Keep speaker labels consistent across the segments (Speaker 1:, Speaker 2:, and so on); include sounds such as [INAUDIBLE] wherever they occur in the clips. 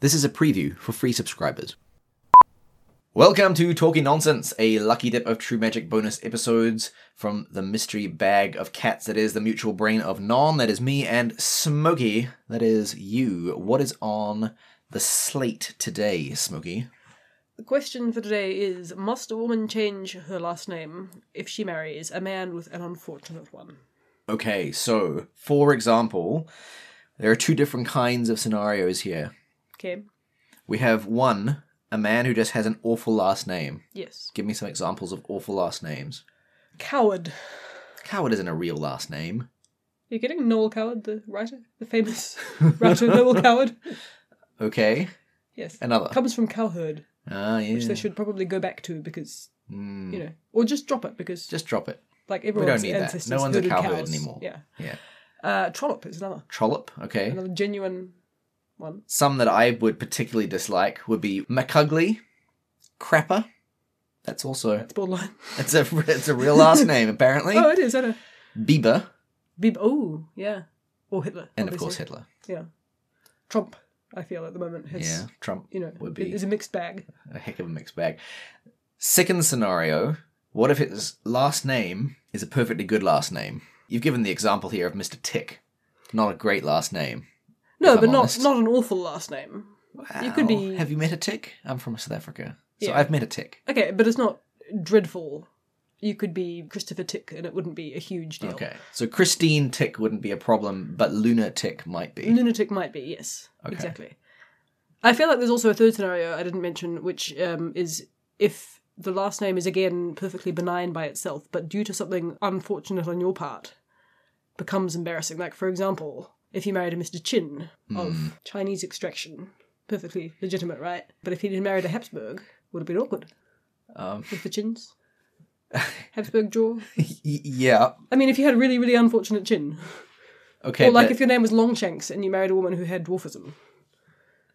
Speaker 1: This is a preview for free subscribers. Welcome to Talking Nonsense, a lucky dip of true magic bonus episodes from the mystery bag of cats that is the mutual brain of Non, that is me, and Smokey, that is you. What is on the slate today, Smokey?
Speaker 2: The question for today is Must a woman change her last name if she marries a man with an unfortunate one?
Speaker 1: Okay, so for example, there are two different kinds of scenarios here.
Speaker 2: Okay,
Speaker 1: We have one, a man who just has an awful last name.
Speaker 2: yes.
Speaker 1: Give me some examples of awful last names.
Speaker 2: Coward.
Speaker 1: Coward isn't a real last name.
Speaker 2: Are you kidding? Noel Coward, the writer?
Speaker 1: [LAUGHS]
Speaker 2: The famous writer, Noel Coward?
Speaker 1: Okay,
Speaker 2: Yes.
Speaker 1: another.
Speaker 2: Comes from Cowherd,
Speaker 1: Ah, yeah.
Speaker 2: which they should probably go back to because,
Speaker 1: Mm.
Speaker 2: you know, or just drop it because,
Speaker 1: Just drop it.
Speaker 2: like,
Speaker 1: don't
Speaker 2: everyone's
Speaker 1: need that.
Speaker 2: ancestors
Speaker 1: No one's a
Speaker 2: herded
Speaker 1: cowherd
Speaker 2: cows.
Speaker 1: anymore.
Speaker 2: Yeah.
Speaker 1: Yeah.
Speaker 2: Uh, Trollope is another.
Speaker 1: Trollop, okay.
Speaker 2: Another genuine one.
Speaker 1: Some that I would particularly dislike would be McCugly, Crapper. That's also
Speaker 2: That's borderline.
Speaker 1: it's a it's a real
Speaker 2: [LAUGHS]
Speaker 1: last name apparently.
Speaker 2: Oh, it is. I know.
Speaker 1: Bieber
Speaker 2: Bib. Oh, yeah. Or Hitler.
Speaker 1: and of
Speaker 2: obviously.
Speaker 1: course Hitler.
Speaker 2: Yeah. Trump, I feel at the moment has
Speaker 1: yeah, Trump
Speaker 2: you know
Speaker 1: would be
Speaker 2: is a mixed bag.
Speaker 1: a heck of a mixed bag. Second scenario, what if his last name is a perfectly good last name? You've given the example here of Mr. Tick. Not a great last name.
Speaker 2: No,
Speaker 1: I'm
Speaker 2: but not
Speaker 1: honest.
Speaker 2: not an awful last name. You could
Speaker 1: Wow.
Speaker 2: be-
Speaker 1: Have you met a tick? I'm from South Africa. So
Speaker 2: Yeah.
Speaker 1: I've met a tick.
Speaker 2: Okay, but it's not dreadful. You could be Christopher Tick and it wouldn't be a huge deal.
Speaker 1: Okay. So Christine Tick wouldn't be a problem, but Luna Tick might be.
Speaker 2: Lunatic might be, yes. Exactly. I feel like there's also a third scenario I didn't mention, which um, is if the last name is again perfectly benign by itself, but due to something unfortunate on your part, becomes embarrassing. Like, for example, if you married a Mr. Chin of Chinese extraction, perfectly legitimate, right? But if he'd been married a Habsburg, would have been awkward
Speaker 1: Um,
Speaker 2: with the chins. Habsburg jaw.
Speaker 1: [LAUGHS] y- yeah.
Speaker 2: I mean, if you had a really, really unfortunate chin,
Speaker 1: Okay.
Speaker 2: or like
Speaker 1: that-
Speaker 2: if your name was Longshanks and you married a woman who had dwarfism,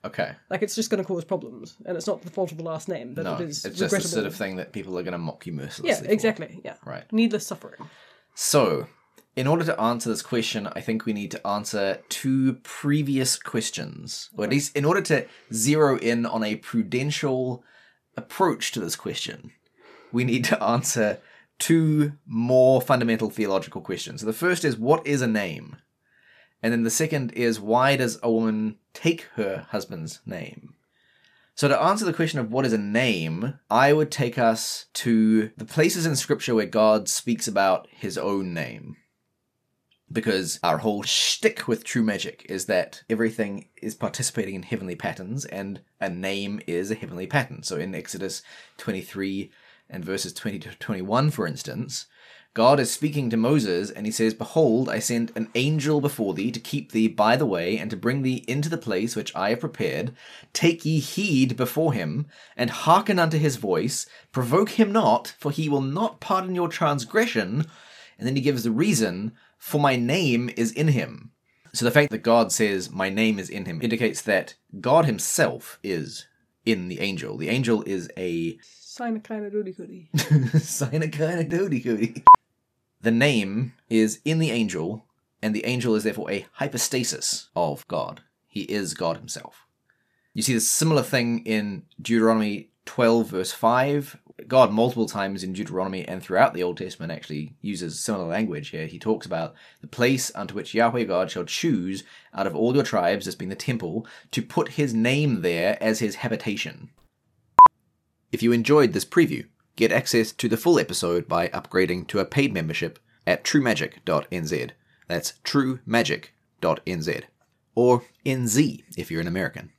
Speaker 1: okay.
Speaker 2: Like it's just going to cause problems, and it's not the fault of the last name, but
Speaker 1: No,
Speaker 2: it
Speaker 1: it's
Speaker 2: is
Speaker 1: just the
Speaker 2: regrettable.
Speaker 1: sort of thing that people are going to mock you
Speaker 2: yeah,
Speaker 1: mercilessly. for.
Speaker 2: exactly. Yeah,
Speaker 1: Right.
Speaker 2: needless suffering.
Speaker 1: So, in order to answer this question, I think we need to answer two previous questions, or at least in order to zero in on a prudential approach to this question, we need to answer two more fundamental theological questions. So, the first is what is a name? And then the second is why does a woman take her husband's name? So, to answer the question of what is a name, I would take us to the places in Scripture where God speaks about his own name. Because our whole shtick with true magic is that everything is participating in heavenly patterns, and a name is a heavenly pattern. So, in Exodus 23 and verses 20 to 21, for instance, God is speaking to Moses, and he says, Behold, I send an angel before thee to keep thee by the way, and to bring thee into the place which I have prepared. Take ye heed before him, and hearken unto his voice. Provoke him not, for he will not pardon your transgression. And then he gives the reason, For my name is in him. So the fact that God says, My name is in him, indicates that God himself is in the angel. The angel is a
Speaker 2: Sign a kind of doody goody.
Speaker 1: [LAUGHS] Sign a kind of doody goody. The name is in the angel, and the angel is therefore a hypostasis of God. He is God himself. You see this similar thing in Deuteronomy 12, verse 5. God, multiple times in Deuteronomy and throughout the Old Testament, actually uses similar language here. He talks about the place unto which Yahweh God shall choose out of all your tribes, as being the temple, to put his name there as his habitation. If you enjoyed this preview, get access to the full episode by upgrading to a paid membership at truemagic.nz. That's truemagic.nz. Or NZ if you're an American.